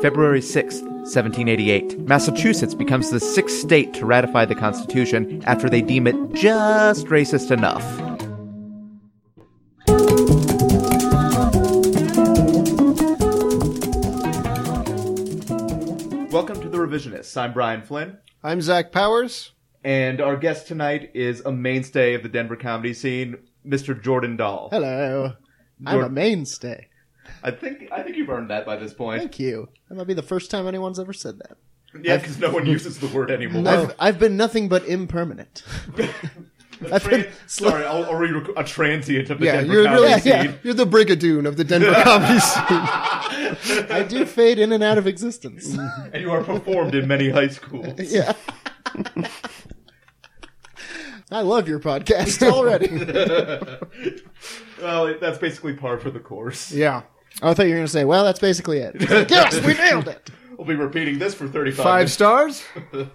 February 6, 1788, Massachusetts becomes the sixth state to ratify the Constitution after they deem it just racist enough. Welcome to The Revisionists. I'm Brian Flynn. I'm Zach Powers. And our guest tonight is a mainstay of the Denver comedy scene, Mr. Jordan Dahl. Hello. I'm You're- a mainstay. I think I think you've earned that by this point. Thank you. That might be the first time anyone's ever said that. Yeah, because no one uses the word anymore. I've, I've been nothing but impermanent. a I've been- tran- sorry, I'll, I'll re- a transient of the Denver you're comedy really scene. yeah, you're the brigadoon of the Denver comedy scene. I do fade in and out of existence. and you are performed in many high schools. yeah. I love your podcast already. Well, that's basically par for the course. yeah. Oh, I thought you were going to say, well, that's basically it. yes, we nailed it. We'll be repeating this for 35 Five stars? minutes.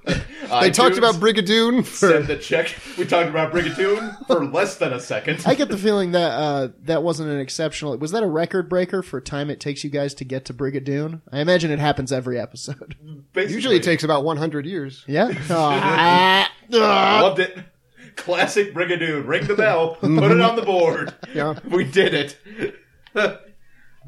They talked about Brigadoon for Send the check. We talked about Brigatoon for less than a second. I get the feeling that uh, that wasn't an exceptional. Was that a record breaker for time it takes you guys to get to Brigadoon? I imagine it happens every episode. Basically, Usually it takes about 100 years. Yeah. Aw. Loved it. Classic Brigadoon. Ring the bell. Put it on the board. Mm-hmm. Yeah. We did it.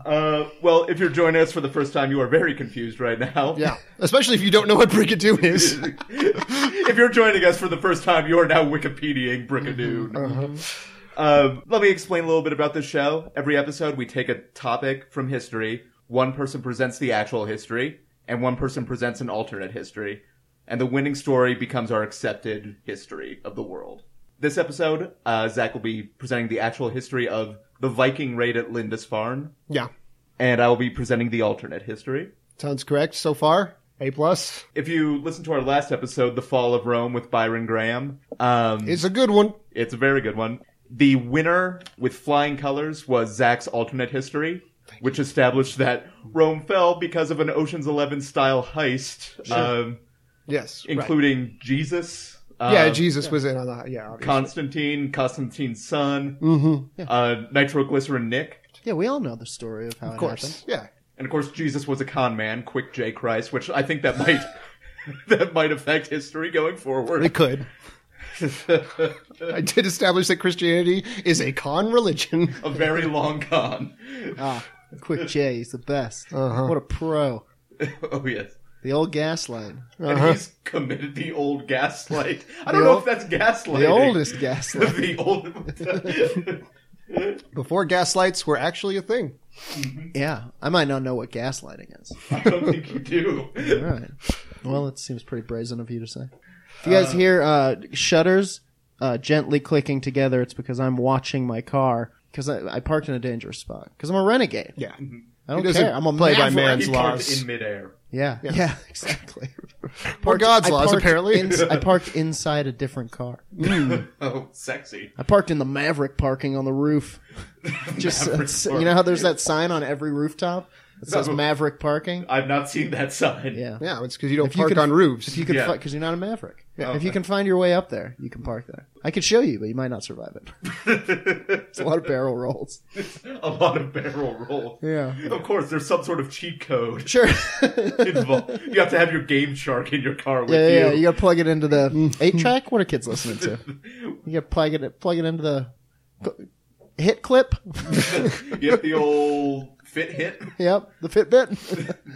Uh, well, if you're joining us for the first time, you are very confused right now. yeah. Especially if you don't know what Brigadoon is. if you're joining us for the first time, you are now Wikipediaing Brickadoon. Um, let me explain a little bit about this show. Every episode, we take a topic from history. One person presents the actual history, and one person presents an alternate history. And the winning story becomes our accepted history of the world. This episode, uh, Zach will be presenting the actual history of the Viking raid at Lindisfarne, yeah. and I will be presenting the alternate history. Sounds correct so far. A plus. If you listen to our last episode, The Fall of Rome with Byron Graham, um, It's a good one. It's a very good one. The winner with flying colors was Zach's alternate history, which established that Rome fell because of an Ocean's Eleven style heist, um, Yes. right. including Jesus. Uh, yeah, Jesus was in on that. Yeah, obviously. Constantine, Constantine's son, mm-hmm. uh, Nitroglycerin Nick, Yeah, we all know the story of how of it happened. course. Yeah. and of course Jesus was a con man, Quick J Christ, which I think that might that might affect history going forward. It could. I did establish that Christianity is a con religion. a very long con. Ah, Quick J, he's the best. What a pro. oh yes. The old gas line. Uh-huh. and he's committed the old gaslight. I don't Uh-huh. The know ol- if that's gaslighting. The oldest gas line. the old. Before gaslights were actually a thing. Yeah. I might not know what gaslighting is. I don't think you do. All right. Well, it seems pretty brazen of you to say. If you guys hear uh, shutters uh, gently clicking together, it's because I'm watching my car because I, I parked in a dangerous spot because I'm a renegade. Yeah. I don't He doesn't care. I'm a play by maverick. man's He parked laws. in midair. Yeah, yeah, exactly. Or God's laws, apparently. ins- I parked inside a different car. Hmm. Oh, sexy. I parked in the Maverick parking on the roof. Just uh, Maverick s- park. you know how there's that sign on every rooftop that says No. Maverick parking. I've not seen that sign. Yeah, yeah, it's because you don't you park could- on roofs. If you could, Yeah. because you're not a maverick. Yeah. If you can find your way up there, you can park there. I could show you, but you might not survive it. it's a lot of barrel rolls. A lot of barrel roll. Yeah. Of course, there's some sort of cheat code Sure. involved. You have to have your game shark in your car with yeah, yeah, yeah. you. You gotta plug it into the eight track. What are kids listening to? You gotta plug it, plug it into the cl- hit clip. You have the old fit hit, yep, the Fitbit,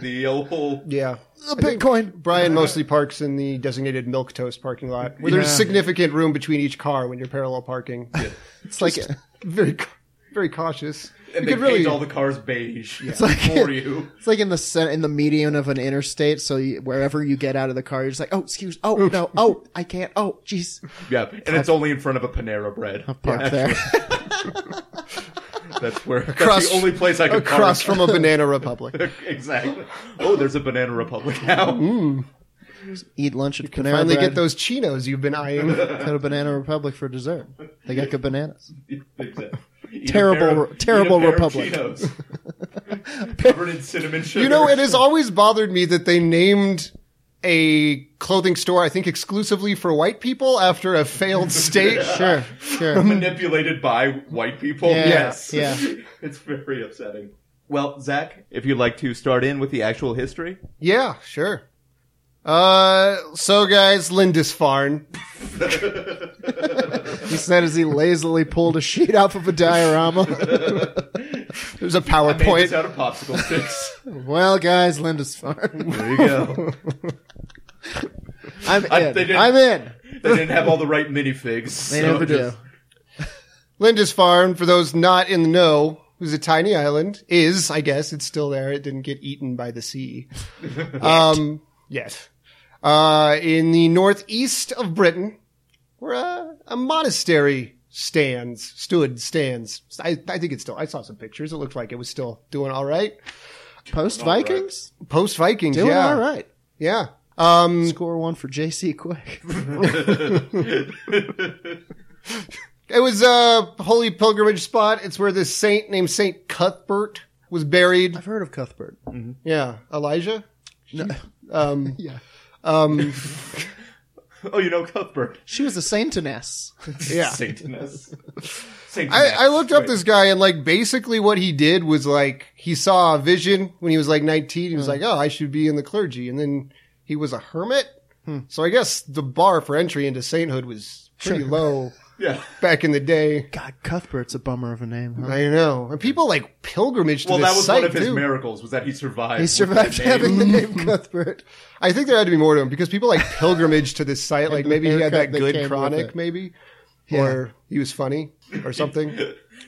the old. yeah. the Bitcoin. Brian mostly parks in the designated milk toast parking lot, where Yeah. there's significant room between each car when you're parallel parking. It's like very, ca- very cautious. And you they could really paint all the cars beige like- for you. it's like in the cen- in the median of an interstate. So you, wherever you get out of the car, you're just like, oh, excuse, oh no, oh I can't, oh jeez, Yeah, and it's only in front of a Panera Bread. park there. That's where Across- that's the only place I could across park. from a banana republic. exactly. Oh, there's a Banana Republic now. Eat lunch at Panera. Finally, Bread. get those chinos you've been eyeing. Go to Banana Republic for dessert. They got good bananas. Exactly. Eat a Terrible pair of- re- terrible eat a pair of republic. Cheetos. Covered in cinnamon sugar. you know, it has always bothered me that they named a clothing store, I think, exclusively for white people after a failed state. Um, Sure, sure. manipulated by white people. Yeah, yes, yeah. it's very upsetting. Well, Zach, if you'd like to start in with the actual history, Yeah, sure. Uh, so guys, Lindisfarne. He said as he lazily pulled a sheet off of a diorama. There's a made this PowerPoint. out of popsicle sticks. well, guys, Lindisfarne. there you go. I'm I- in. they didn't- I'm in. They didn't have all the right minifigs. They so never do. just- Lindisfarne, for those not in the know, was a tiny island. Is, I guess, it's still there. It didn't get eaten by the sea. um, yet. Uh, in the northeast of Britain, where a, a monastery stands, stood, stands. I, I think it's still, I saw some pictures. It looked like it was still doing all right. Post Vikings? Post Vikings, Doing yeah. all right. Yeah. Um, Score one for JC Quick. It was a holy pilgrimage spot. It's where this saint named Saint Cuthbert was buried. I've heard of Cuthbert. Yeah, Elijah. No, Um, yeah. Oh, you know Cuthbert. She was a saintoness. yeah. Satanus. I, I looked up this guy and like basically what he did was like he saw a vision when he was like 19. He was like, oh, I should be in the clergy, and then he was a hermit. So I guess the bar for entry into sainthood was pretty low Yeah. back in the day. God, Cuthbert's a bummer of a name. Huh? I know, and people like pilgrimage to Well, this that was site one of his too. miracles was that he survived. He with survived that name. having the name Cuthbert. I think there had to be more to him because people like pilgrimage to this site. Like the maybe he had haircut that that came good with chronic, it. maybe, Yeah. or he was funny or something.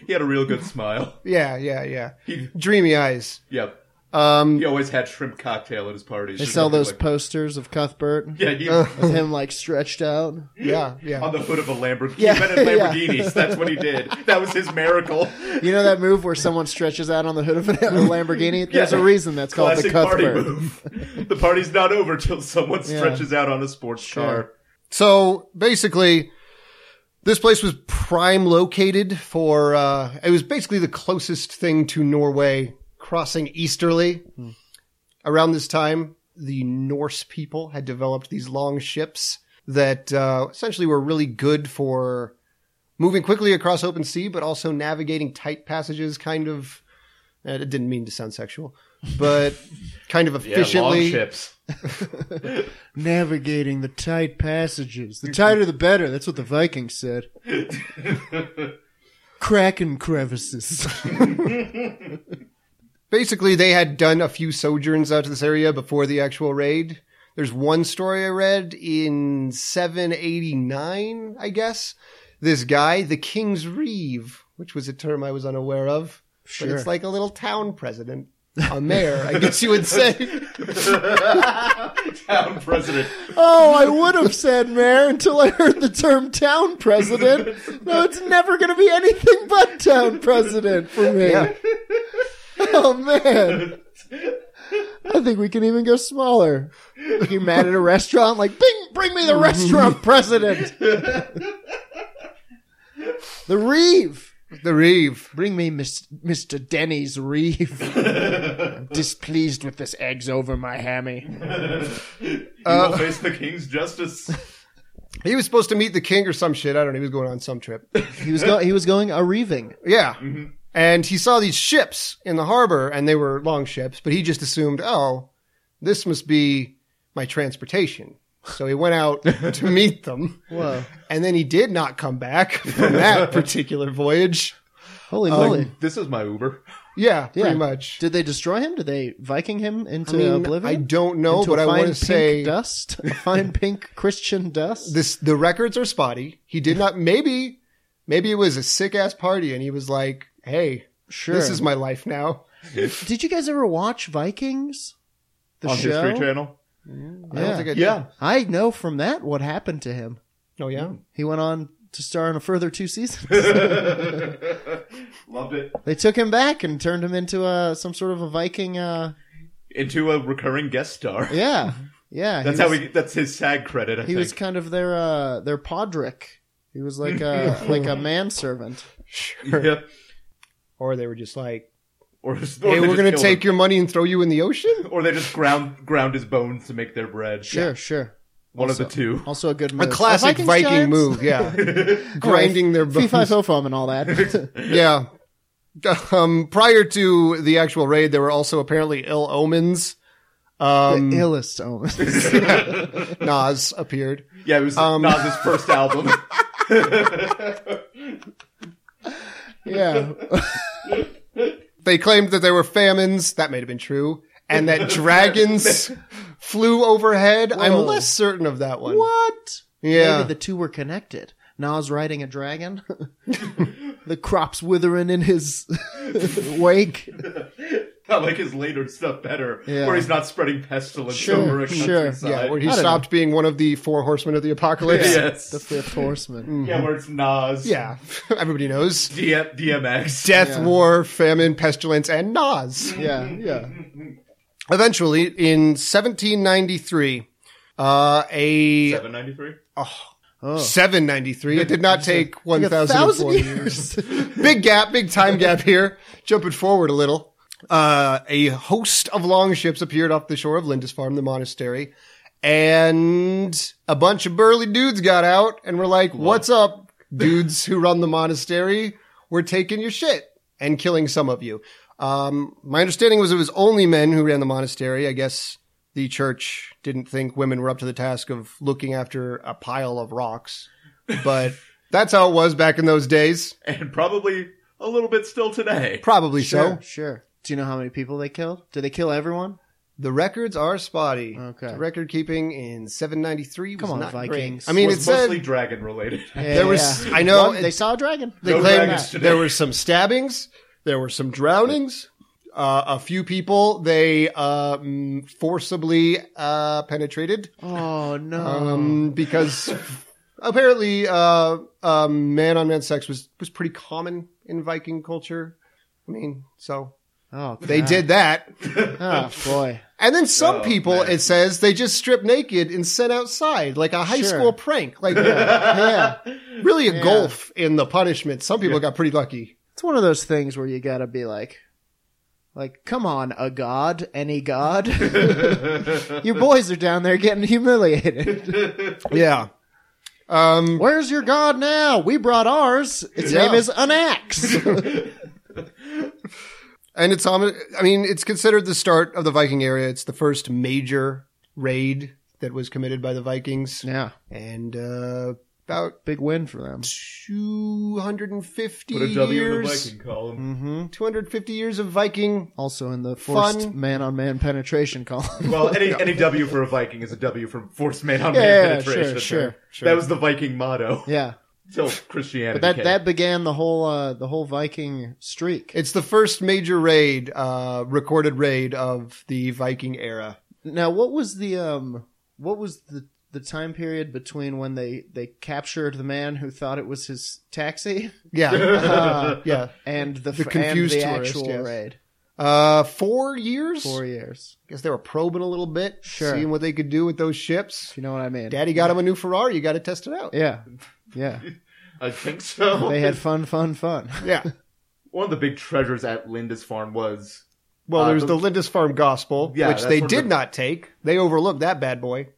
He had a real good smile. yeah, yeah, yeah. He- Dreamy eyes. Yep. Um, He always had shrimp cocktail at his parties. They sell those Uh, Like, posters of Cuthbert yeah, he, with him like stretched out. yeah, yeah. on the hood of a Lamborghini. Yeah, He invented yeah. Lamborghinis. That's what he did. That was his miracle. You know that move where someone stretches out on the hood of a Lamborghini? There's Yeah. a reason that's called the Classic party Cuthbert. move. The party's not over till someone Yeah. stretches out on a sports car. So basically, this place was prime located for. Uh, it was basically the closest thing to Norway crossing easterly. Around this time, the Norse people had developed these long ships that uh, essentially were really good for moving quickly across open sea, but also navigating tight passages. Kind of, uh, it didn't mean to sound sexual, but kind of efficiently. long chips. Navigating the tight passages. The tighter the better. That's what the Vikings said. Cracking crevices. basically they had done a few sojourns out to this area before the actual raid. There's one story I read in 789, I guess. This guy, the King's Reeve, which was a term I was unaware of. But Sure. it's like a little town president, a mayor, I guess you would say. Town president. oh, I would have said mayor until I heard the term town president. No, it's never going to be anything but town president for me. Yeah. Oh, man. I think we can even go smaller. Like you're mad at a restaurant, like, bing, bring me the restaurant president. the Reeve. The Reeve. Bring me Miss, Mr. Denny's Reeve. I'm displeased with this eggs over my hammy. You will face the king's justice. He was supposed to meet the king or some shit. I don't know. He was going on some trip. He was go- he was going a reeving. Yeah. And he saw these ships in the harbor, and they were long ships, but he just assumed, oh, this must be my transportation. So he went out to meet them. Whoa. And then he did not come back from that particular voyage. Holy moly. This is my Uber. Yeah, Yeah. pretty much. Um, Did they destroy him? Did they Viking him into I mean, oblivion? I don't know, Into but a I fine want to pink say dust, a fine pink Christian dust. this the records are spotty. He did not maybe maybe it was a sick ass party and he was like, Hey, sure. this is my life now. Did you guys ever watch Vikings? The on show. History Channel. I don't think I did. I know from that what happened to him. Oh yeah. He went on to star in a further two seasons. Loved it. they took him back and turned him into a some sort of a Viking. Uh, Into a recurring guest star. yeah, yeah. That's he how was, we. That's his SAG credit. I He think. was kind of their uh, their podrick. He was like a like a manservant. Mm. Yeah. Or they were just like, Or, or Hey, they we're just gonna killed take him. your money and throw you in the ocean? Or they just ground ground his bones to make their bread. Sure, sure. One of the Also- two. Also a good A move. classic Uh, Vikings, Viking Giants? move, yeah. Grinding their Fee bones. fi fo fum and all that. Yeah. Um, prior to the actual raid, there were also apparently ill omens. Um, the illest omens. Nas appeared. Yeah, it was Nas's first album. yeah. They claimed that there were famines. That may have been true. And that dragons flew overhead. Whoa. I'm less certain of that one. What? Yeah. Maybe the two were connected. Nas riding a dragon. the crops withering in his wake. I like his later stuff better, Yeah. where he's not spreading pestilence Sure, over a sure. countryside. yeah, where he I don't stopped being one of the four horsemen of the apocalypse. yes. The fifth horseman. Mm. yeah, where it's Nas. Yeah, everybody knows. D- DMX. Death, Yeah. war, famine, pestilence, and Nas. Yeah, yeah. Eventually, in 1793, uh, a 793? Oh. 793. It did not take Like a 1,004 years. Big gap, big time gap here. Jumping forward a little. Uh, a host of longships appeared off the shore of Lindisfarne, the monastery, and a bunch of burly dudes got out and were like, What's up, dudes who run the monastery? We're taking your shit and killing some of you. Um, my understanding was it was only men who ran the monastery. I guess the church didn't think women were up to the task of looking after a pile of rocks, but that's how it was back in those days. And probably a little bit still today. Probably so. Sure, sure. Do you know how many people they killed? Did they kill everyone? The records are spotty. Okay. The record keeping in 793 Come was on, not Vikings. great. I mean, was it mostly said dragon related. Yeah, there was. yeah. I know One- it- they saw a dragon. they No claimed dragons today. there were some stabbings. There were some drownings. Uh, a few people they um, forcibly uh, penetrated Oh no. um, because apparently uh, um, man-on-man sex was was pretty common in Viking culture. I mean, so oh, they God. did that. Oh boy. And then some Oh, people, man. it says, they just strip naked and sent outside like a high Sure. school prank. Like, Yeah. really a Yeah. gulf in the punishment. Some people Yeah. got pretty lucky. It's one of those things where you gotta be like, like, come on, a god, any god. your boys are down there getting humiliated. Yeah. Um, Where's your god now? We brought ours. Its Yeah. name is an axe. and it's, om- I mean, it's considered the start of the Viking area. It's the first major raid that was committed by the Vikings. yeah, And, uh, about big win for them. 250 Put a W in the years, Viking column. Mm-hmm. 250 years of Viking. Also in the forced Fun. man-on-man penetration column. Well, any any W for a Viking is a W from forced man on Yeah, yeah, man penetration. sure, sure, That was the Viking motto yeah, until Christianity. but that came. that began the whole uh, the whole Viking streak. It's the first major raid, uh, recorded raid of the Viking era. Now, what was the um, what was the the time period between when they they captured the man who thought it was his taxi Yeah. uh, yeah. and the, The f- confused and the tourist, actual yes. raid? Uh, four years? Four years. guess they were probing a little bit, Sure. seeing what they could do with those ships. If you know what I mean? Daddy got him a new Ferrari. You got to test it out. Yeah, yeah. I think so. They had fun, fun, fun. Yeah. One of the big treasures at Lindisfarne was Well, Uh, there's the- the Lindisfarne Gospel, Yeah, which that's they what did the- not take. They overlooked that bad boy.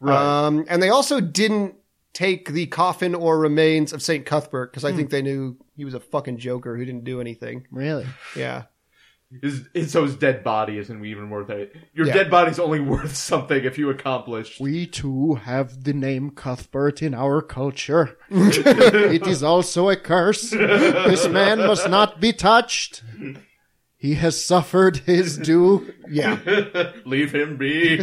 right. Um, and they also didn't take the coffin or remains of St. Cuthbert because I Hmm. think they knew he was a fucking joker who didn't do anything. Really? Yeah. His, his, so his dead body isn't even worth it. Your Yeah. dead body's only worth something if you accomplish. We too have the name Cuthbert in our culture. it is also a curse. This man must not be touched. He has suffered his due. Yeah. Leave him be.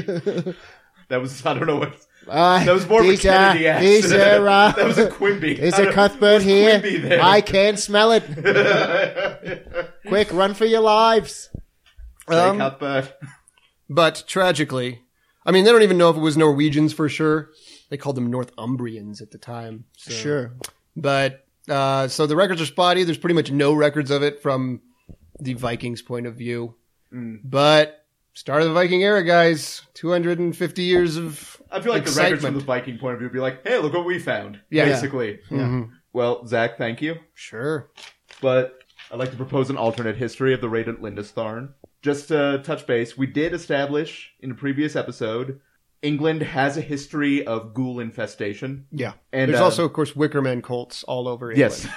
that was I don't know what I- that was more these of a Kennedy are- act. these are, uh, that was a Quimby. Is I it don't- Cuthbert was here? Quimby there? I can't smell it. Quick, run for your lives. Say Um, Cuthbert. But tragically, I mean, they don't even know if it was Norwegians for sure. They called them Northumbrians at the time. So. Sure. But uh, so the records are spotty. There's pretty much no records of it from the Vikings' point of view. Mm. But start of the Viking era, guys. 250 years of I feel like the records from excitement. the Viking point of view would be like, "Hey, look what we found." Yeah. basically. Mm-hmm. Well, Zach, thank you, Sure. but I'd like to propose an alternate history of the raid at Lindisfarne. Just to touch base, we did establish in a previous episode England has a history of ghoul infestation. Yeah. And, There's uh, also, of course, Wickerman cults all over England. Yes.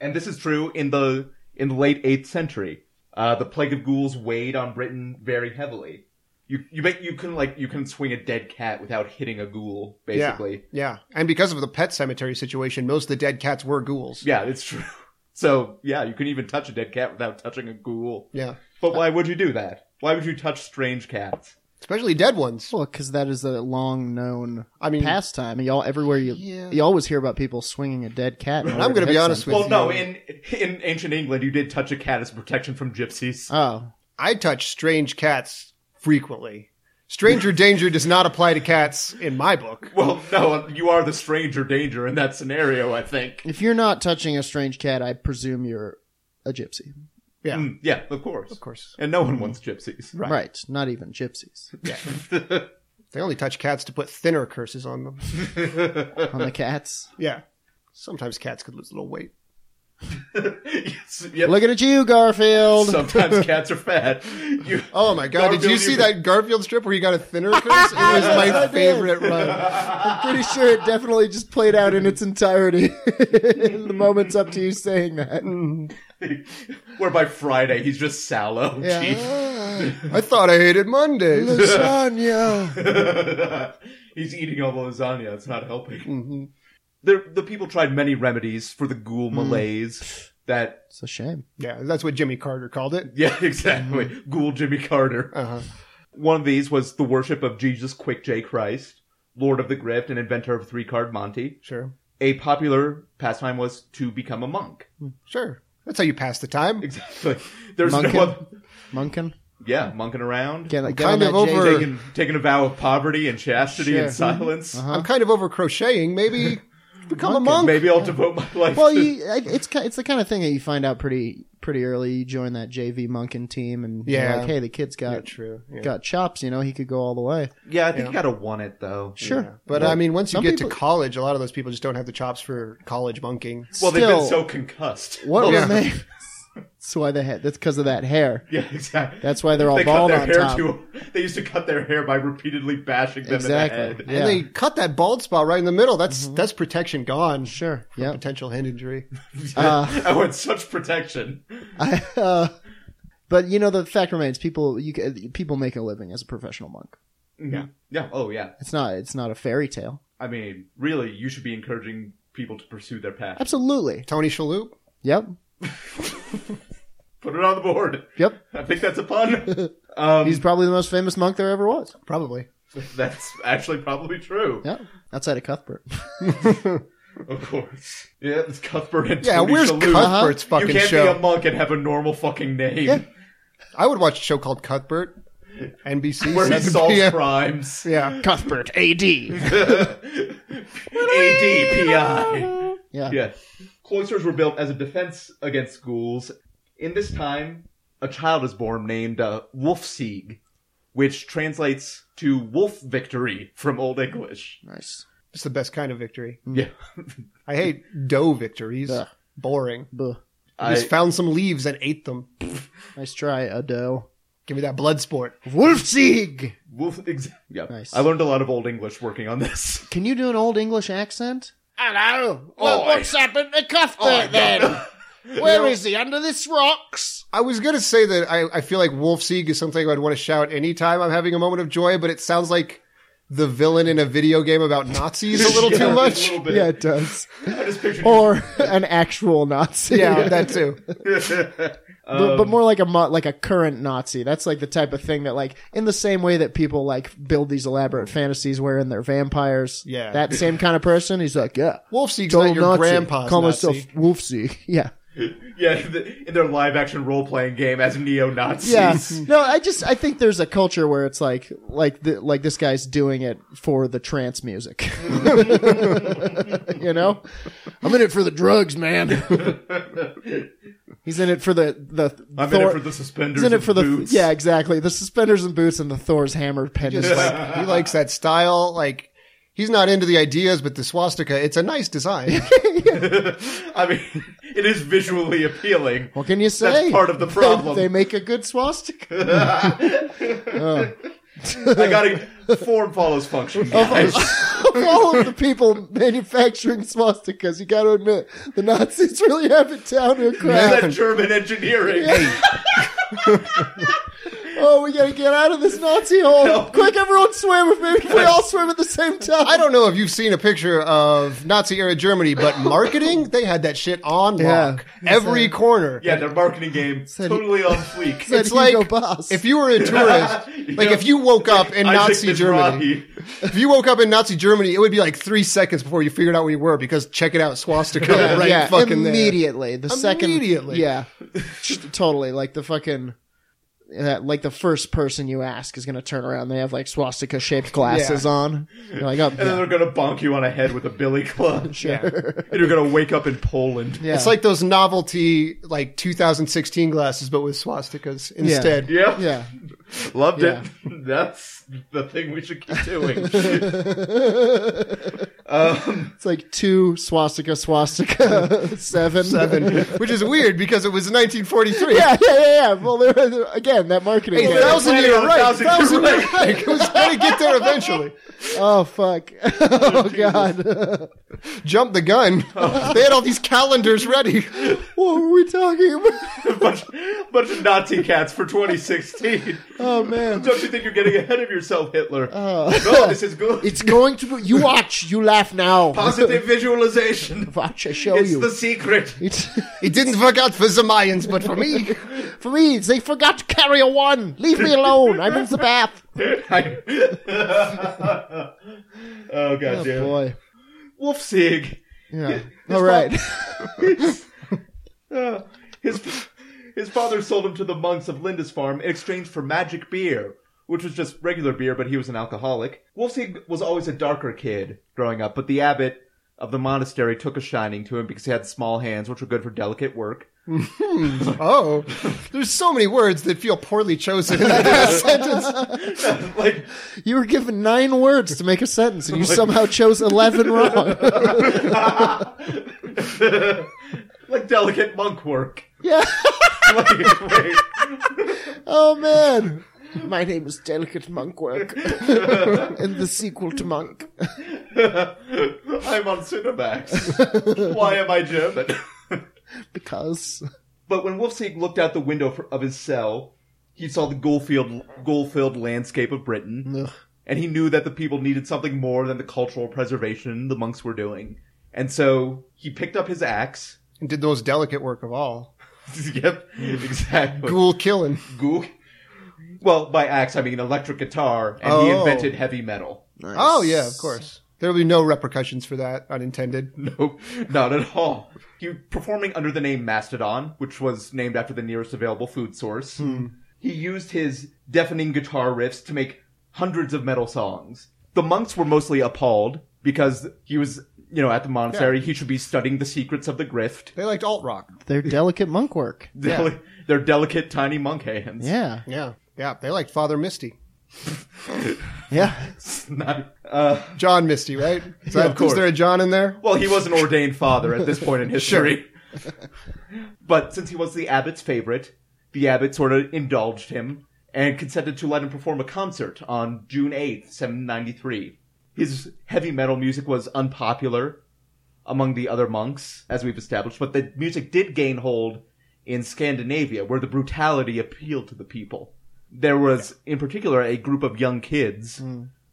and this is true in the in the late 8th century. Uh, the plague of ghouls weighed on Britain very heavily. You you bet you couldn't like you couldn't swing a dead cat without hitting a ghoul basically. Yeah. And because of the pet cemetery situation, most of the dead cats were ghouls. Yeah, it's true. So yeah, you couldn't even touch a dead cat without touching a ghoul. Yeah. But why would you do that? Why would you touch strange cats? Especially dead ones. Well, because that is a long known I mean- pastime. And Y'all everywhere you Yeah. you always hear about people swinging a dead cat. in order I'm to gonna hit be honest something. Well, no, in in ancient England, you did touch a cat as protection from gypsies. Oh, I touch strange cats frequently. Stranger danger does not apply to cats in my book. Well, no, you are the stranger danger in that scenario. I think. if you're not touching a strange cat, I presume you're a gypsy. Yeah. Mm, yeah, of course, Of course. and no one wants gypsies. Right. Not even gypsies They only touch cats to put thinner curses on them. on the cats. Yeah. Sometimes cats could lose a little weight. Yes, yep. Looking at you, Garfield. Sometimes cats are fat. You, Oh my god, did you Garfield, see you- that Garfield strip where he got a thinner curse? It was my favorite run. I'm pretty sure it definitely just played out in its entirety. the moment's up to you saying that. where by Friday he's just sallow. Chief. I thought I hated Mondays. Lasagna. he's eating all the lasagna. It's not helping. The the people tried many remedies for the ghoul malaise. That It's a shame. Yeah, that's what Jimmy Carter called it. yeah, exactly. Ghoul Jimmy Carter. Uh-huh. One of these was the worship of Jesus Quick J Christ, Lord of the Grift and inventor of three card Monte. Sure. A popular pastime was to become a monk. Sure. That's how you pass the time. Exactly. There's Monkin. no oth- Monkin. yeah, monking around. Get, get Kind on of that Jay- over- taking taking a vow of poverty and chastity Sure. Mm-hmm. Uh-huh. and silence. I'm kind of over crocheting. Maybe become a Monk. monk. Maybe I'll devote my life. Well, to... you, I- it's ki- it's the kind of thing that you find out pretty pretty early. You join that JV Monkin team, and you're Yeah. like, hey, the kid's got True. Yeah. got chops. You know, he could go all the way. yeah, I think you gotta want it though. Sure, But Well, I mean, once you some get to people- college, a lot of those people just don't have the chops for college monking. Well, they've been still, so concussed. what Yeah. remains? That's why they had. That's because of that hair. Yeah, exactly. That's why they're all they cut bald their on hair top. too. They used to cut their hair by repeatedly bashing them in the Exactly. head. Yeah. Mm-hmm. And they cut that bald spot right in the middle. That's that's protection gone. sure. From Yeah. Potential head injury. Uh. I want such protection. I, uh, but you know, the fact remains, people you ca- people make a living as a professional monk. Yeah. Yeah. Oh, yeah. It's not it's not a fairy tale. I mean, really, you should be encouraging people to pursue their passion. Absolutely. Tony Shalhoub. Yep. Put it on the board. Yep. I think that's a pun. Um, He's probably the most famous monk there ever was. Probably. that's actually probably true. Yeah. Outside of Cuthbert. Of course. Yeah, it's Cuthbert and Yeah, Tony where's Shalhoub. Cuthbert's fucking You can't show? be a monk and have a normal fucking name. Yeah. I would watch a show called Cuthbert. NBC. Where he 7 solves p.m. crimes. Yeah. Cuthbert AD. ADPI. Yeah. Yeah. Cloisters were built as a defense against ghouls. In this time, a child is born named uh, Wolfsieg, which translates to wolf victory from Old English. Nice. It's the best kind of victory. Yeah. I hate dough victories. Ugh. Boring. Buh. I just I- found some leaves and ate them. Nice try, Ado. Give me that blood sport. Wolfsieg! wolf, ex- yeah. Nice. I learned a lot of Old English working on this. Can you do an old English accent? Hello. Well, what's happened to Cuthbert then? Where is he? Under this rocks? I was gonna say that I, I feel like Wolf Sieg is something I'd want to shout anytime I'm having a moment of joy, but it sounds like the villain in a video game about Nazis a little Yeah, too much. A little bit. Yeah, it does. I just pictured Or an actual Nazi. Yeah, that too. but, but more like a mo- like a current Nazi. That's like the type of thing that like in the same way that people like build these elaborate fantasies wherein they're vampires. Yeah. that same kind of person. He's like, yeah, Wolf Sieg's total not your Nazi. grandpa's Call Nazi. myself Wolfsey. Yeah, yeah, in the- in their live action role playing game as neo Nazis. yeah. no, I just I think there's a culture where it's like like the, like this guy's doing it for the trance music. you know, I'm in it for the drugs, man. He's in it for the the I'm in Thor- it for the suspenders. He's in it and for the boots. yeah, exactly. The suspenders and boots and the Thor's hammer pendant. Just like he likes that style. Like he's not into the ideas, but the swastika, it's a nice design. I mean, it is visually appealing. What can you say? That's part of the They- problem. They, make a good swastika. I gotta, Form follows function. guys. of all of the people manufacturing swastikas, you got to admit the Nazis really have it down to a craft. that German engineering. Oh, we got to get out of this Nazi hole! No. Quick, everyone swim! Or maybe we all swim at the same time. I don't know if you've seen a picture of Nazi era Germany, but marketing, they had that shit on Yeah. lock. Every corner. Yeah, their marketing game totally on fleek. Said It's Hugo like Boss. if you were a tourist, You like know, if you woke up in Isaac Nazi Germany, Mizrahi. if you woke up in Nazi Germany, it would be like three seconds before you figured out where you were because check it out, swastika right yeah, fucking there. immediately. The second, Immediately. yeah, Just totally. Like the fucking, uh, like the first person you ask is gonna turn around. They have like swastika shaped glasses Yeah. on. You're like, oh, And then yeah, they're gonna bonk you on a head with a billy club, sure. and you're gonna wake up in Poland. Yeah. It's like those novelty like 2016 glasses, but with swastikas instead. Yeah, yeah, loved Yeah. it. That's the thing we should keep doing. um, it's like two swastika, swastika, seven, Seven, which is weird because it was 1943. Yeah, yeah, yeah, yeah. Well, there was, again that marketing. Hey, was- thousand Planning year on a right, thousand, you're thousand year right. right. It was gonna get there eventually. oh fuck! oh god! Jump the gun. Oh. They had all these calendars ready. what were we talking about? a bunch, bunch of Nazi cats for 2016. Oh man! Don't you think you're getting ahead of yourself, Hitler? no, this is good. It's going to be. You watch. You laugh now. Positive visualization. Watch. I show It's you. the secret. It's It didn't work out for the Mayans, but for me, for me. They forgot to carry a one. Leave me alone. I'm in the bath. Oh, I- oh god Oh damn. boy. Wolfsig. Yeah. All right. Uh, his his father sold him to the monks of Lindisfarne in exchange for magic beer, which was just regular beer, but he was an alcoholic. Wolfsig was always a darker kid growing up, but the abbot of the monastery took a shining to him because he had small hands, which were good for delicate work. oh, there's so many words that feel poorly chosen in that last sentence. like You were given nine words to make a sentence, and you somehow chose eleven wrong. like delicate monk work. yeah. Like, wait. Oh man. My name is Delicate Monkwork, and the sequel to Monk. I'm on Cinemax. Why am I German? Because But when Wolfsig looked out the window for, of his cell, he saw the gold-filled, gold-filled landscape of Britain, Ugh. and he knew that the people needed something more than the cultural preservation the monks were doing. And so he picked up his axe. And did the most delicate work of all. yep, exactly. Ghoul killing. Gook. Well, by axe I mean electric guitar, and he Oh. invented heavy metal. Oh yeah, of course. There will be no repercussions for that, unintended. No, not at all. He was performing under the name Mastodon, which was named after the nearest available food source. He used his deafening guitar riffs to make hundreds of metal songs. The monks were mostly appalled because he was, you know, at the monastery. He should be studying the secrets of the grift. They liked alt rock. They're delicate monk work. Deli- Their delicate, tiny monk hands. Yeah. Yeah, yeah. They liked Father Misty, Yeah. It's not- uh, John Misty, right? Is, that, of course. is there a John in there? well, he was an ordained father at this point in history. but since he was the abbot's favorite, the abbot sort of indulged him and consented to let him perform a concert on June 8th, 793. His heavy metal music was unpopular among the other monks, as we've established, but the music did gain hold in Scandinavia, where the brutality appealed to the people. There was, in particular, a group of young kids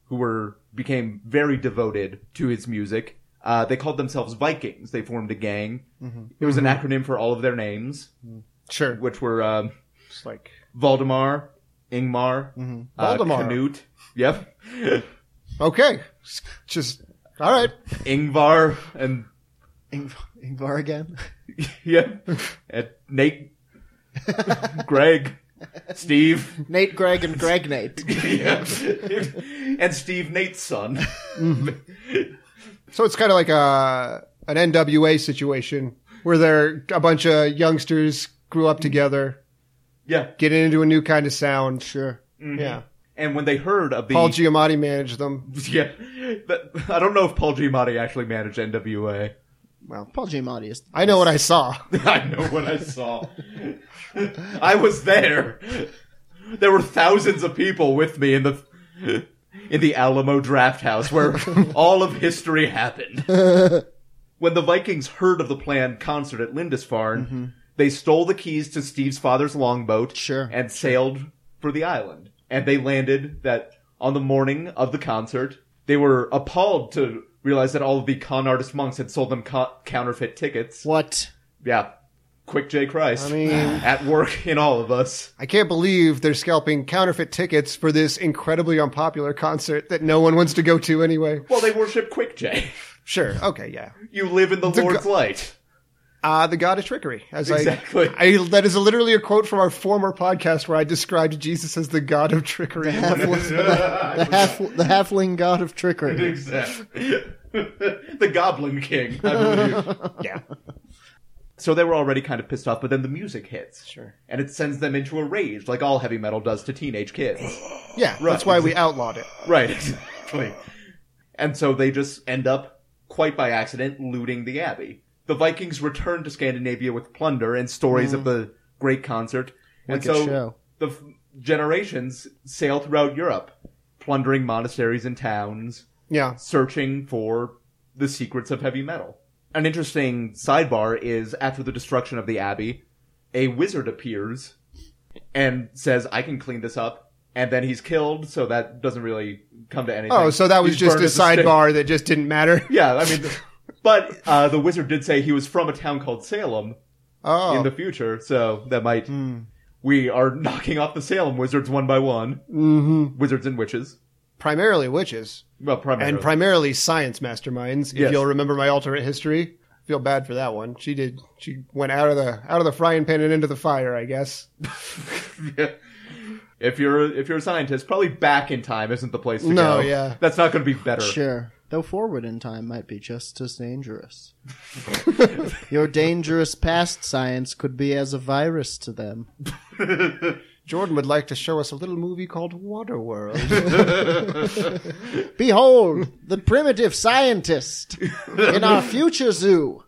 who were became very devoted to his music. Uh, they called themselves Vikings. They formed a gang. Mm-hmm. It was an acronym for all of their names, Sure. which were um, It's like Valdemar, Ingmar, uh, Mm-hmm. Valdemar. Canute, yep, okay, just all right. Ingvar, and Ingv- Ingvar again. yep, and Nate, Greg, Steve, Nate, Greg, and Greg Nate. yeah. and Steve Nate's son. Mm-hmm. So it's kind of like a an NWA situation where there a bunch of youngsters grew up together, yeah, getting into a new kind of sound. Sure. Mm-hmm. Yeah, and when they heard of the Paul Giamatti managed them. yeah, that, I don't know if Paul Giamatti actually managed NWA. Paul Giamatti is. I know what I saw. I know what I saw. I was there. There were thousands of people with me in the in the Alamo Draft House where all of history happened. when the Vikings heard of the planned concert at Lindisfarne, Mm-hmm. they stole the keys to Steve's father's longboat Sure. and sailed for the island. And they landed that on the morning of the concert. They were appalled to realize that all of the con artist monks had sold them co- counterfeit tickets. What? Yeah. Quick J Christ. I mean- at work in all of us. I can't believe they're scalping counterfeit tickets for this incredibly unpopular concert that no one wants to go to anyway. Well, they worship Quick J. Sure. Okay. Yeah. You live in the Lord's light. Uh, the God of Trickery. As I- Exactly. I, that is literally a quote from our former podcast where I described Jesus as the God of Trickery. The half the halfling god of trickery. exactly. the Goblin King, I believe. yeah. so they were already kind of pissed off, but then the music hits. Sure. And it sends them into a rage, like all heavy metal does to teenage kids. Yeah. That's why we outlawed it. right, exactly. And so they just end up, quite by accident, looting the abbey. The Vikings return to Scandinavia with plunder and stories of the great concert. and Wicked so show. the f- generations sail throughout Europe, plundering monasteries and towns, Yeah. searching for the secrets of heavy metal. An interesting sidebar is after the destruction of the abbey, a wizard appears and says, "I can clean this up." And then he's killed, so that doesn't really come to anything. Oh, so that was He's just a burned at the stake. sidebar that just didn't matter. Yeah, I mean, the- but uh, the wizard did say he was from a town called Salem Oh, Hmm. in the future, so that might. We are knocking off the Salem wizards one by one. Mm-hmm. Wizards and witches, primarily witches well, primarily. and primarily science masterminds. If Yes. you'll remember my alternate history, feel bad for that one. She did. She went out of the out of the frying pan and into the fire. I guess. Yeah. If you're if you're a scientist, probably back in time isn't the place to go. No, yeah. that's not going to be better. Sure. Though forward in time might be just as dangerous. Your dangerous past science could be as a virus to them. Jordan would like to show us a little movie called Waterworld. Behold, the primitive scientist in our future zoo.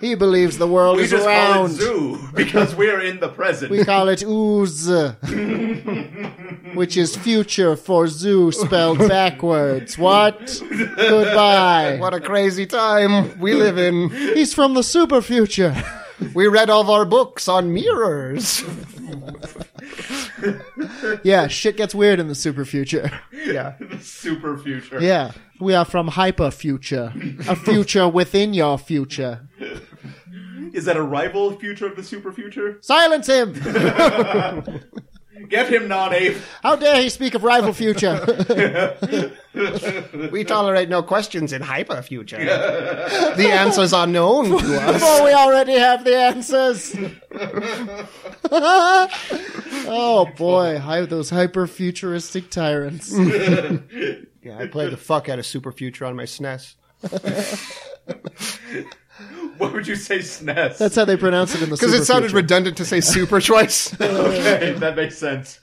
He believes the world We is just call it round. zoo because we're in the present. We call it ooze, which is future for zoo spelled backwards. What? Goodbye. what a crazy time we live in. He's from the super future. We read all of our books on mirrors. Yeah, shit gets weird in the super future. yeah. the super future. Yeah, we are from hyper future, a future within your future. Is that a rival future of the super future? Silence him! Get him, non ape. How dare he speak of rival future? We tolerate no questions in hyper future. the answers are known to us. Before we already have the answers. oh boy, hi- those hyper futuristic tyrants. Yeah, I played the fuck out of Super Future on my E SNES. What would you say, SNES? That's how they pronounce it in the Because super it sounded future. redundant to say super twice. okay, that makes sense.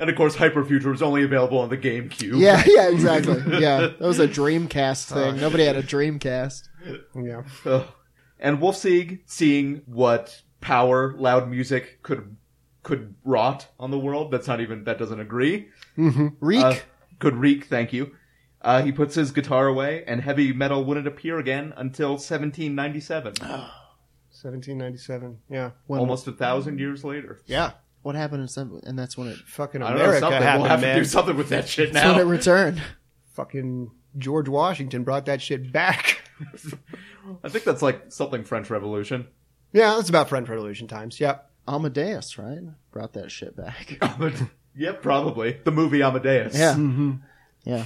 And of course, Hyper Future was only available on the GameCube. Yeah, yeah, exactly. Yeah, that was a Dreamcast thing. Nobody had a Dreamcast. yeah. Ugh. And Wolfsieg, seeing what power loud music could could wrought on the world, that's not even that doesn't agree. Reek. Uh, could reek, thank you. Uh, he puts his guitar away, and heavy metal wouldn't appear again until 1797, Ah. 1797. Yeah. when, almost a thousand years later. Yeah. What happened in some? And that's when it. Fucking I don't know, America something. happened, we'll have man. to do something with that shit That's when it now. returned. Fucking George Washington brought that shit back. I think that's like something French Revolution. yeah, that's about French Revolution times. Yeah. Amadeus, right? Brought that shit back. yep, probably. The movie Amadeus. Yeah. Mm-hmm.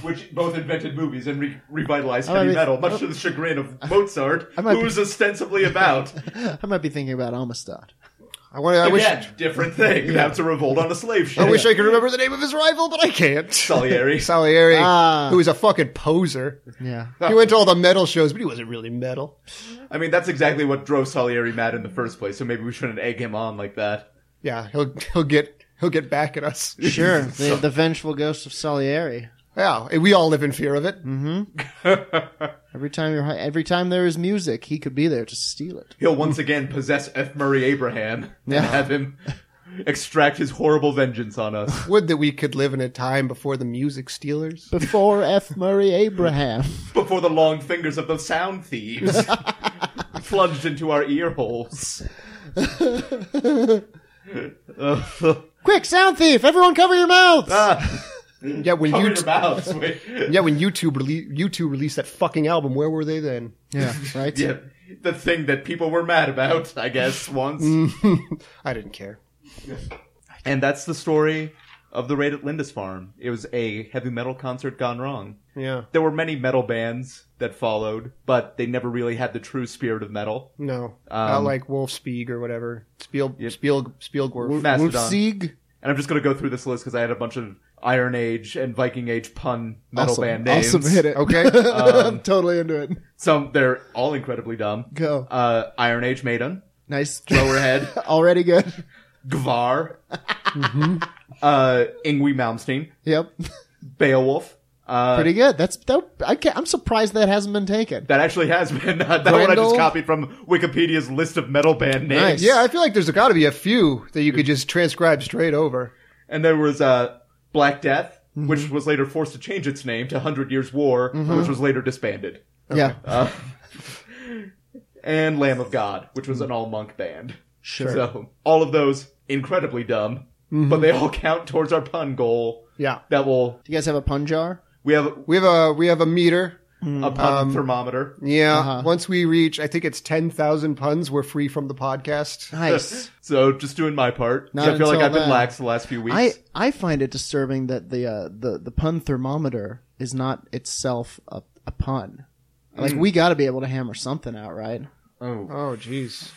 Which both invented movies and re- revitalized I heavy mean- metal, much to the chagrin of Mozart, I might who be- was ostensibly about. I might be thinking about Amistad. I, wanna, I, wish, Again, I different thing. That's a revolt on a slave ship. wish I could remember the name of his rival, but I can't. Salieri. Salieri, Ah. who was a fucking poser. Yeah. He went to all the metal shows, but he wasn't really metal. I mean, that's exactly what drove Salieri mad in the first place. So maybe we shouldn't egg him on like that. Yeah, he'll he'll get he'll get back at us. Sure. The, the vengeful ghost of Salieri. Yeah, and we all live in fear of it. Mm-hmm. Every time you're, hi- every time there is music, he could be there to steal it. He'll once again possess F. Murray Abraham and Yeah. have him extract his horrible vengeance on us. Would that we could live in a time before the music stealers. Before F. Murray Abraham. before the long fingers of the sound thieves plunged into our ear holes. Ugh. Quick, sound thief! Everyone cover your mouths! ah, Yeah, when cover you your mouths. wait. yeah when YouTube rele- YouTube released that fucking album, where were they then? yeah, right? Yeah, the thing that people were mad about, I guess, once. I didn't care. And that's the story of the raid at Lindisfarne. It was a heavy metal concert gone wrong. Yeah, There were many metal bands that followed, but they never really had the true spirit of metal. no, not like Wolfspeak or whatever. Spiel Yep. Spiel Spielgorf. Mastodon. Wolfsieg? And I'm just going to go through this list because I had a bunch of Iron Age and Viking Age pun metal awesome. band names. Awesome, hit it. Okay. I'm totally into it. Some they're all incredibly dumb. Go. Uh, Iron Age Maiden, Nice. Lowerhead, Already good. Gvar, Mm-hmm. uh, Ingwe Malmsteen, Yep. Beowulf. Uh, Pretty good. That's that, I can't, I'm surprised that hasn't been taken. that actually has been uh, that one I just Grendel. copied from Wikipedia's list of metal band names. Nice. yeah, I feel like there's got to be a few that you could just transcribe straight over. And there was uh, Black Death, Mm-hmm. which was later forced to change its name to Hundred Years War, which was later disbanded. Yeah. Uh, and Lamb of God, which was an all monk band. Sure. Mm-hmm. So all of those incredibly dumb, but they all count towards our pun goal. Yeah, That will Do you guys have a pun jar? we have we have a we have a meter. a Mm, pun um, thermometer. Yeah, Uh-huh. once we reach, I think it's ten thousand puns, we're free from the podcast. Nice. So just doing my part. Not I feel like until I've been then. lax the last few weeks. I, I find it disturbing that the uh, the the pun thermometer is not itself a, a pun. Like we got to be able to hammer something out, right? oh. Oh, jeez.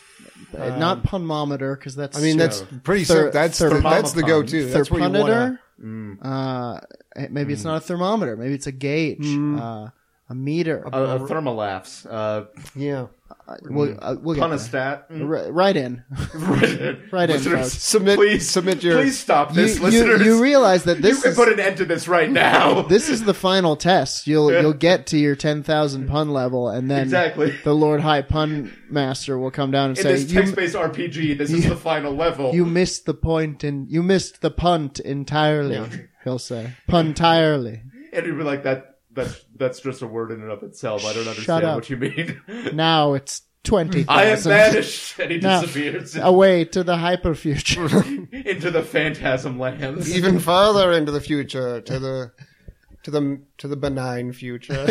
Uh, not punmometer because that's I mean, that's pretty. Ther- sim- that's the, that's the thermomopon. go-to. That's what you want. thermometer. Mm. Uh, eh, maybe it's not a thermometer. Maybe it's a gauge, uh, a meter. Mm. A, a thermolapse. Uh, Yeah. Uh, we'll, uh, we'll get there. punistat. R- right in. Right in, folks. Submit- please submit your- Please stop You, this, you- listeners. you realize that You this can is put an end to this right now. this is the final test. You'll Yeah. you'll get to your ten thousand pun level, and then Exactly. the Lord High Pun Master will come down and in say, this "You text-based RPG, this is the final level. you missed the point, and you missed the punt entirely." He'll say, "Pun entirely." And you'd be like, that, that's, that's just a word in and of itself. I don't understand Shut up. what you mean. Now it's twenty I am thousand banished. And he No. disappears away to the hyper future. into the phantasm lands. Even farther into the future, to the to the to the benign future.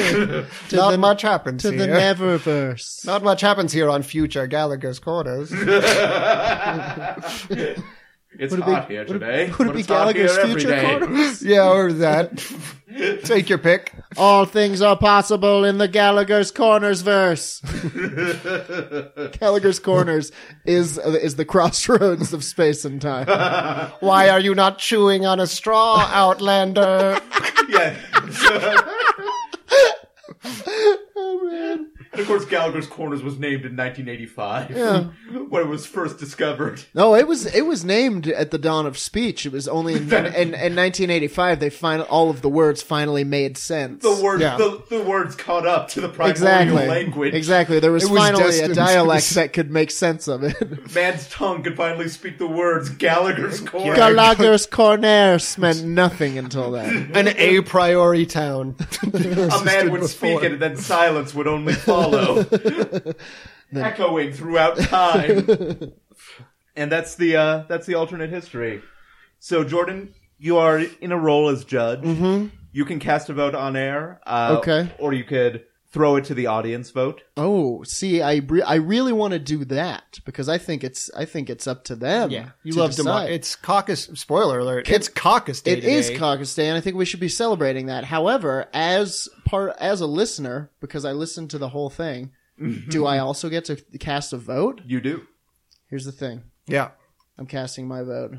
Not the- much happens to the here. Neververse. Not much happens here on future Gallagher's quarters. It's Would it be- hot here would it- today. would it but be it's hot here Gallagher's every future day. quarters? yeah, or that. Take your pick. All things are possible in the Gallagher's Corners verse. Gallagher's Corners is is the crossroads of space and time. Why are you not chewing on a straw, Outlander? Yeah. And of course, Gallagher's Corners was named in 1985 when it was first discovered. No, it was it was named at the dawn of speech. It was only in, in, in 1985 they fin- all of the words finally made sense. The words, Yeah. the, the words caught up to the primordial exactly language. exactly there was, It was finally a destined. dialect that could make sense of it. Man's tongue could finally speak the words Gallagher's Corners. Gallagher's Corners meant nothing until then. An a priori town. a man would speak it, and then silence would only follow, echoing throughout time. and that's the uh, that's the alternate history. So, Jordan, you are in a role as judge. You can cast a vote on air, uh, Okay. or you could throw it to the audience vote. Oh, see, I re- I really want to do that because I think it's I think it's up to them. Yeah, you to love decide. democracy. It's caucus. Spoiler alert! It's caucus day. It is today. Caucus Day, and I think we should be celebrating that. However, as part as a listener, because I listened to the whole thing, Mm-hmm. do I also get to cast a vote? You do. Here's the thing: yeah. I'm casting my vote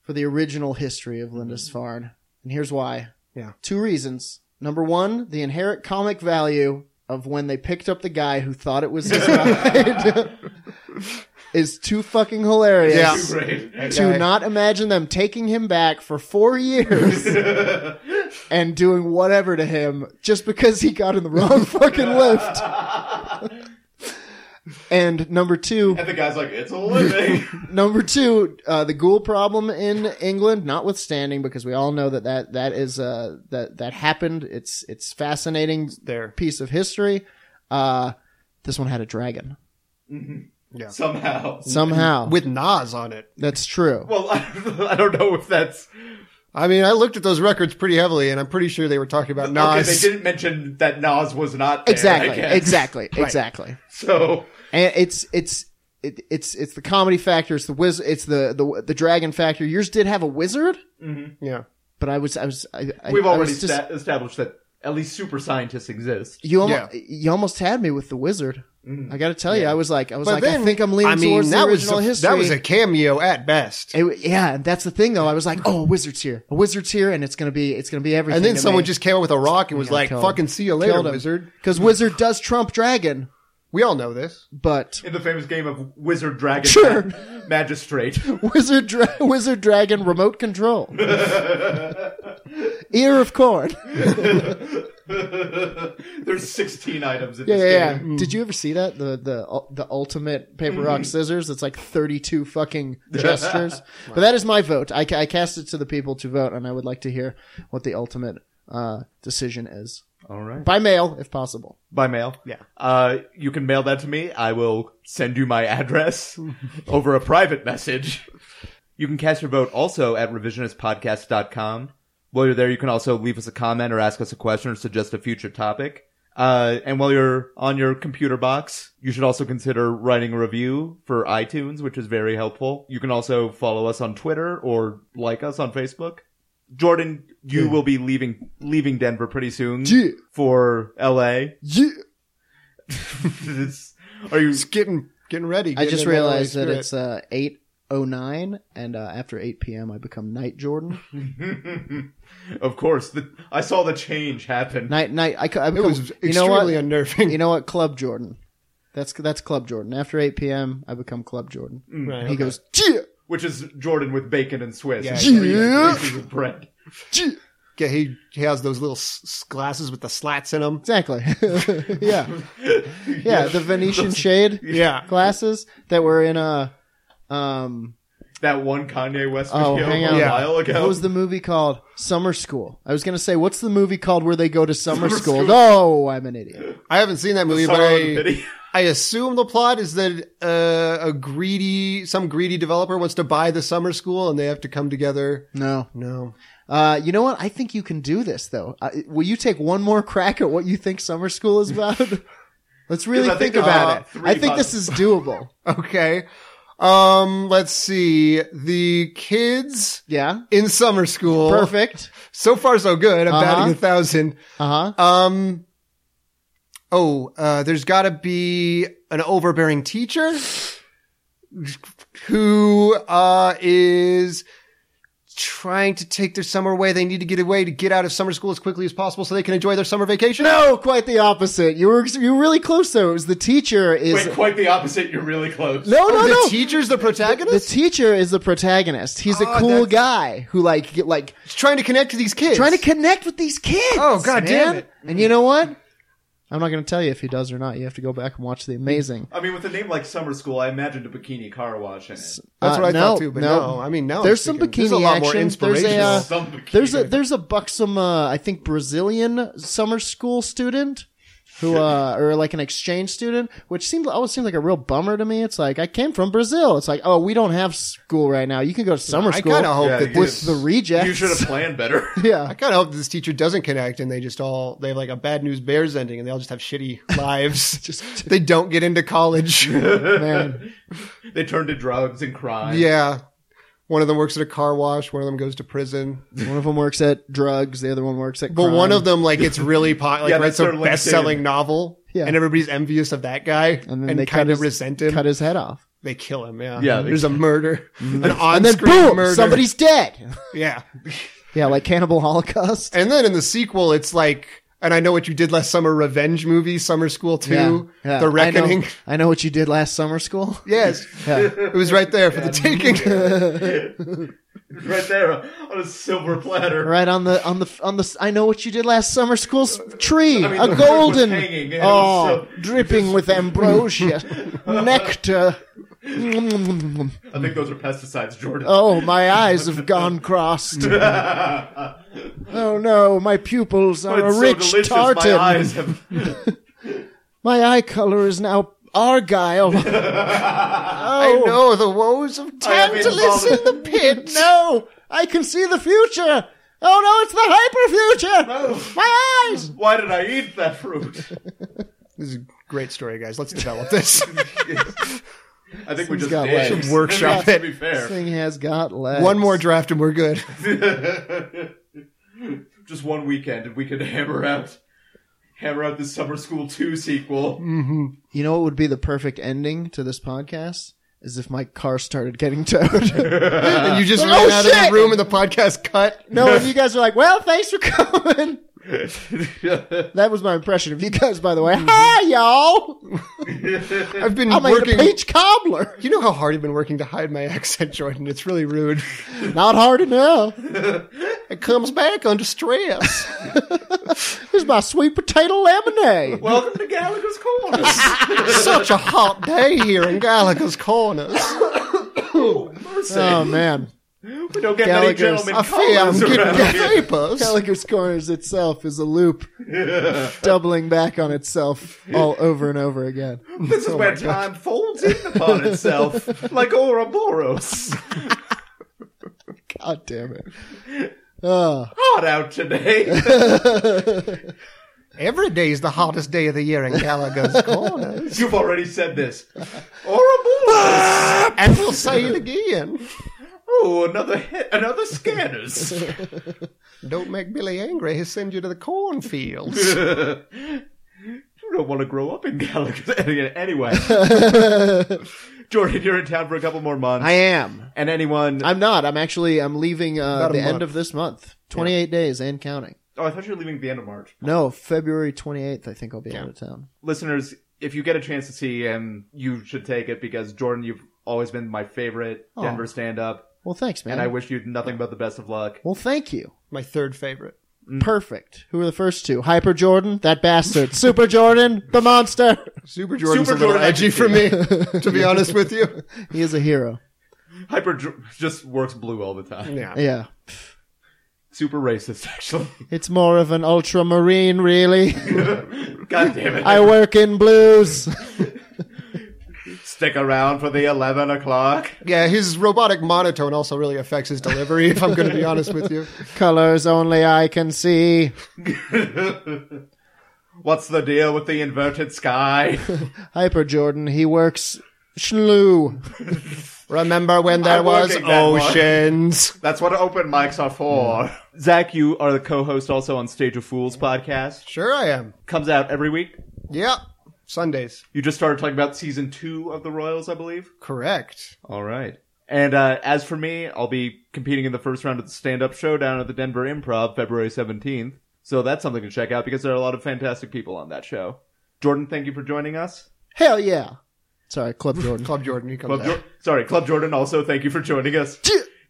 for the original history of Lindisfarne, and here's why. Mm-hmm. Yeah. two reasons. Number one, the inherent comic value of when they picked up the guy who thought it was his ride is too fucking hilarious. Yeah. Great. To Okay. not imagine them taking him back for four years and doing whatever to him just because he got in the wrong fucking lift. And number two, And the guy's like, it's a living. Number two, uh, the ghoul problem in England, notwithstanding, because we all know that that, that is uh, that that happened. It's it's fascinating there. piece of history. Uh, this one had a dragon Somehow. somehow. Uh, with Nas on it. That's true. Well, I don't know if that's. I mean, I looked at those records pretty heavily, and I'm pretty sure they were talking about Okay, Nas. they didn't mention that Nas was not there, I Exactly. guess. Exactly. Exactly. So And it's it's it, it's it's the comedy factor. It's the wiz. It's the the the dragon factor. Yours did have a wizard, Yeah, but I was I was I, I- we've I already was just- sta- established that at least super scientists exist. You almost you almost had me with the wizard. Mm-hmm. I got to tell you, I was like, I was like, I think I'm leaning I mean, towards that the original was a, history. That was a cameo at best. It- yeah, and that's the thing though. I was like, oh, a wizard's here, a wizard's here, and it's gonna be, it's gonna be everything. and then to someone me. just came up with a rock and was Yeah, like, killed "Fucking him. see you later, Killed him. wizard." because wizard does trump dragon, We all know this. but In the famous game of Wizard Dragon Sure. Ma- Magistrate. wizard, dra- wizard dragon remote control, ear of corn. There's 16 items in Yeah, this yeah. yeah. Mm. game. Did you ever see that the the the ultimate paper Mm-hmm. rock scissors? It's like thirty two fucking gestures. But that is my vote. I, ca- I cast it to the people to vote, and I would like to hear what the ultimate uh, decision is All right. by mail, if possible. By mail. Yeah. Uh, you can mail that to me. I will send you my address over a private message. You can cast your vote also at revisionistpodcast.com. While you're there, you can also leave us a comment or ask us a question or suggest a future topic. Uh, and while you're on your computer box, you should also consider writing a review for iTunes, which is very helpful. You can also follow us on Twitter or like us on Facebook. Jordan, you will be leaving leaving Denver pretty soon Yeah. for LA. Yeah. This- are you It's getting getting ready. I getting just in that realized LA that spirit. it's uh, eight oh nine, and uh, after eight p.m., I become Night Jordan. of course the, i saw the change happen Night Night. I, co- I it become, was you know extremely what? unnerving. You know what? Club Jordan. That's that's Club Jordan. After eight p.m., I become Club Jordan. He Right, Mm. okay. goes, yeah, which is jordan with bacon and swiss Yeah. and three Yeah. pieces of bread yeah. Yeah, he, he has those little s- s- glasses with the slats in them. Exactly. yeah. Yeah, the Venetian shade Yeah, glasses that were in a um that one kanye west oh video hang a on Yeah. while ago What was the movie called? Summer School. I was going to say what's the movie called where they go to summer, Summer school? School. No, I'm an idiot. I haven't seen that movie, but Sorrow and I, pity. I assume the plot is that uh, a greedy, some greedy developer wants to buy the summer school, and they have to come together. No. No, Uh you know what? I think you can do this though. Uh, will you take one more crack at what you think summer school is about? Let's I really think think, there's, about uh, it. three I think this is doable. okay. Um, let's see. The kids Yeah. in summer school. Perfect. So far, so good. I'm Uh-huh. batting a thousand. Uh-huh. Um. Oh, uh, there's got to be an overbearing teacher who uh, is trying to take their summer away. They need to get away to get out of summer school as quickly as possible so they can enjoy their summer vacation. No, quite the opposite. You were you were really close though. It was the teacher is wait quite the opposite you're really close No, no, Oh, the no. teacher's the The protagonist. teacher is the protagonist. He's Oh, a cool that's- guy who like get, like He's trying to connect to these kids. trying to connect with these kids. Oh, God man. damn it. And you know what? I'm not going to tell you if he does or not. You have to go back and watch the amazing. i mean with a name like summer school i imagined a bikini car wash in it That's Uh, what I no, thought too. But no. no, I mean now There's I'm some thinking, there's a bikini lot more action. There's a, uh, inspirational. Some bikini. There's a there's a buxom uh, I think Brazilian summer school student who uh, or like an exchange student, which seemed always seemed like a real bummer to me. It's like I came from Brazil. It's like oh we don't have school right now. You can go to summer I school kind of hope Yeah, that you- this with the rejects. you should have planned better yeah. I kind of hope this teacher doesn't connect and they just all, they have like a bad news bears ending and they all just have shitty lives. Just- they don't get into college. Man. they turned to drugs and crime yeah. One of them works at a car wash. One of them goes to prison. One of them works at drugs. The other one works at. But crime. one of them like gets really pot, like Yeah, writes that's a their LinkedIn. best selling novel. Yeah. And everybody's envious of that guy And and, then they cut kind his- of resent him. cut his head off, They kill him. Yeah. Yeah, they- There's a murder. An on Mm-hmm. and then screen boom, murder. somebody's dead. Yeah. yeah, like Cannibal Holocaust. And then in the sequel, it's like and I know what you did last summer revenge movie, Summer School 2, Yeah, yeah. The Reckoning. I know, I know what you did last summer school. Yes. Yeah. Oh. It was right there for the taking. right there on a silver platter. Right on the on the on the. I know what you did last summer school s- mean, tree, the a roof was golden, hanging, and it oh, was dripping with ambrosia, nectar. I think those are pesticides, Jordan. Oh, my eyes have gone crossed. oh no, my pupils are a it's rich so delicious. tartan. My eyes have. My eye color is now argyle. I oh know the woes of I have Tantalus in the pit. no, I can see the future. Oh no, it's the hyper future. My eyes. Why did I eat that fruit? This is a great story, guys. Let's develop this. I think we Thing's just got did. legs. Workshop To it. be This fair, thing has got legs. One more draft and we're good. just one weekend and we could hammer out, hammer out this summer school two sequel. You know what would be the perfect ending to this podcast? Is if my car started getting towed. and you just Oh, ran out of shit! the room and the podcast cut. no, if you guys are like, well, thanks for coming. That was my impression of you guys, by the Mm-hmm. way. Hi, y'all. I've been I made working. a peach cobbler. You know how hard I've been working to hide my accent, Jordan. It's really rude. Not hard enough. It comes back under stress. Here's my sweet potato lemonade. Welcome to Gallagher's Corner. Such a hot day here in Gallagher's Corners. oh, mercy. Oh, man. we don't get many Gallagher's. gentlemen I fear I'm callers around getting here. papers. Gallagher's Corners itself is a loop doubling back on itself all over and over again. This is where time folds in upon itself, like Ouroboros. God damn it. Oh, Hot out today. Every day is the hottest day of the year in Gallagher's Corners. You've already said this. Ouroboros. and we'll say it again. Oh, another hit, another scanners. Don't make Billy angry. He'll send you to the cornfields. You don't want to grow up in Gallagher. Anyway, Jordan, you're in town for a couple more months. I am. and anyone? I'm not. I'm actually. I'm leaving uh, About a the end month. of this month. 28 days and counting. oh, I thought you were leaving at the end of March. No, February 28th. I think I'll be out of town. Listeners, if you get a chance to see him, you should take it because Jordan, you've always been my favorite Denver stand-up, Well, thanks, man. and I wish you nothing but the best of luck. well, thank you. My third favorite. Perfect. Who are the first two? Hyper Jordan, that bastard. Super Jordan, the monster. Super Jordan's Super a little Jordan, I edgy can for me, to be honest with you. He is a hero. Hyper Dr- just works blue all the time. Yeah. Super racist, actually. It's more of an ultramarine, really. God damn it. I work in blues. Stick around for the 11 o'clock. Yeah, his robotic monotone also really affects his delivery, if I'm going to be honest with you. Colors only I can see. What's the deal with the inverted sky? Hyper Jordan, he works schloo. Remember when there I'm was working that one. oceans? That's what open mics are for. Zach, you are the co-host also on Stage of Fools podcast. Sure I am. Comes out every week. Yeah. Sundays. You just started talking about season two of the Royals, I believe. Correct. All right. And uh, as for me, I'll be competing in the first round of the stand-up showdown at the Denver Improv February 17th. So that's something to check out because there are a lot of fantastic people on that show. Jordan, thank you for joining us. Hell yeah. Sorry, Club Jordan. Club Jordan, you come Club back. Jor- Sorry, Club Jordan, also thank you for joining us.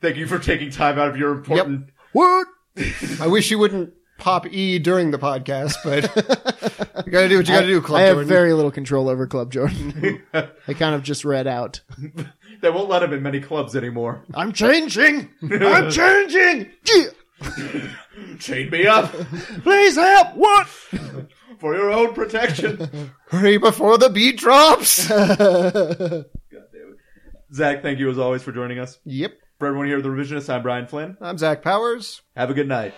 Thank you for taking time out of your important what? I wish you wouldn't pop E during the podcast, but you gotta do what you gotta do, Club I have Jordan. very little control over Club Jordan. I kind of just read out. They won't let him in many clubs anymore. I'm changing. I'm changing. Gee, Chain me up Please help. What? for your own protection. Hurry before the beat drops! Zach, thank you as always for joining us. yep. For everyone here at The Revisionist, I'm Brian Flynn. I'm Zach Powers. Have a good night.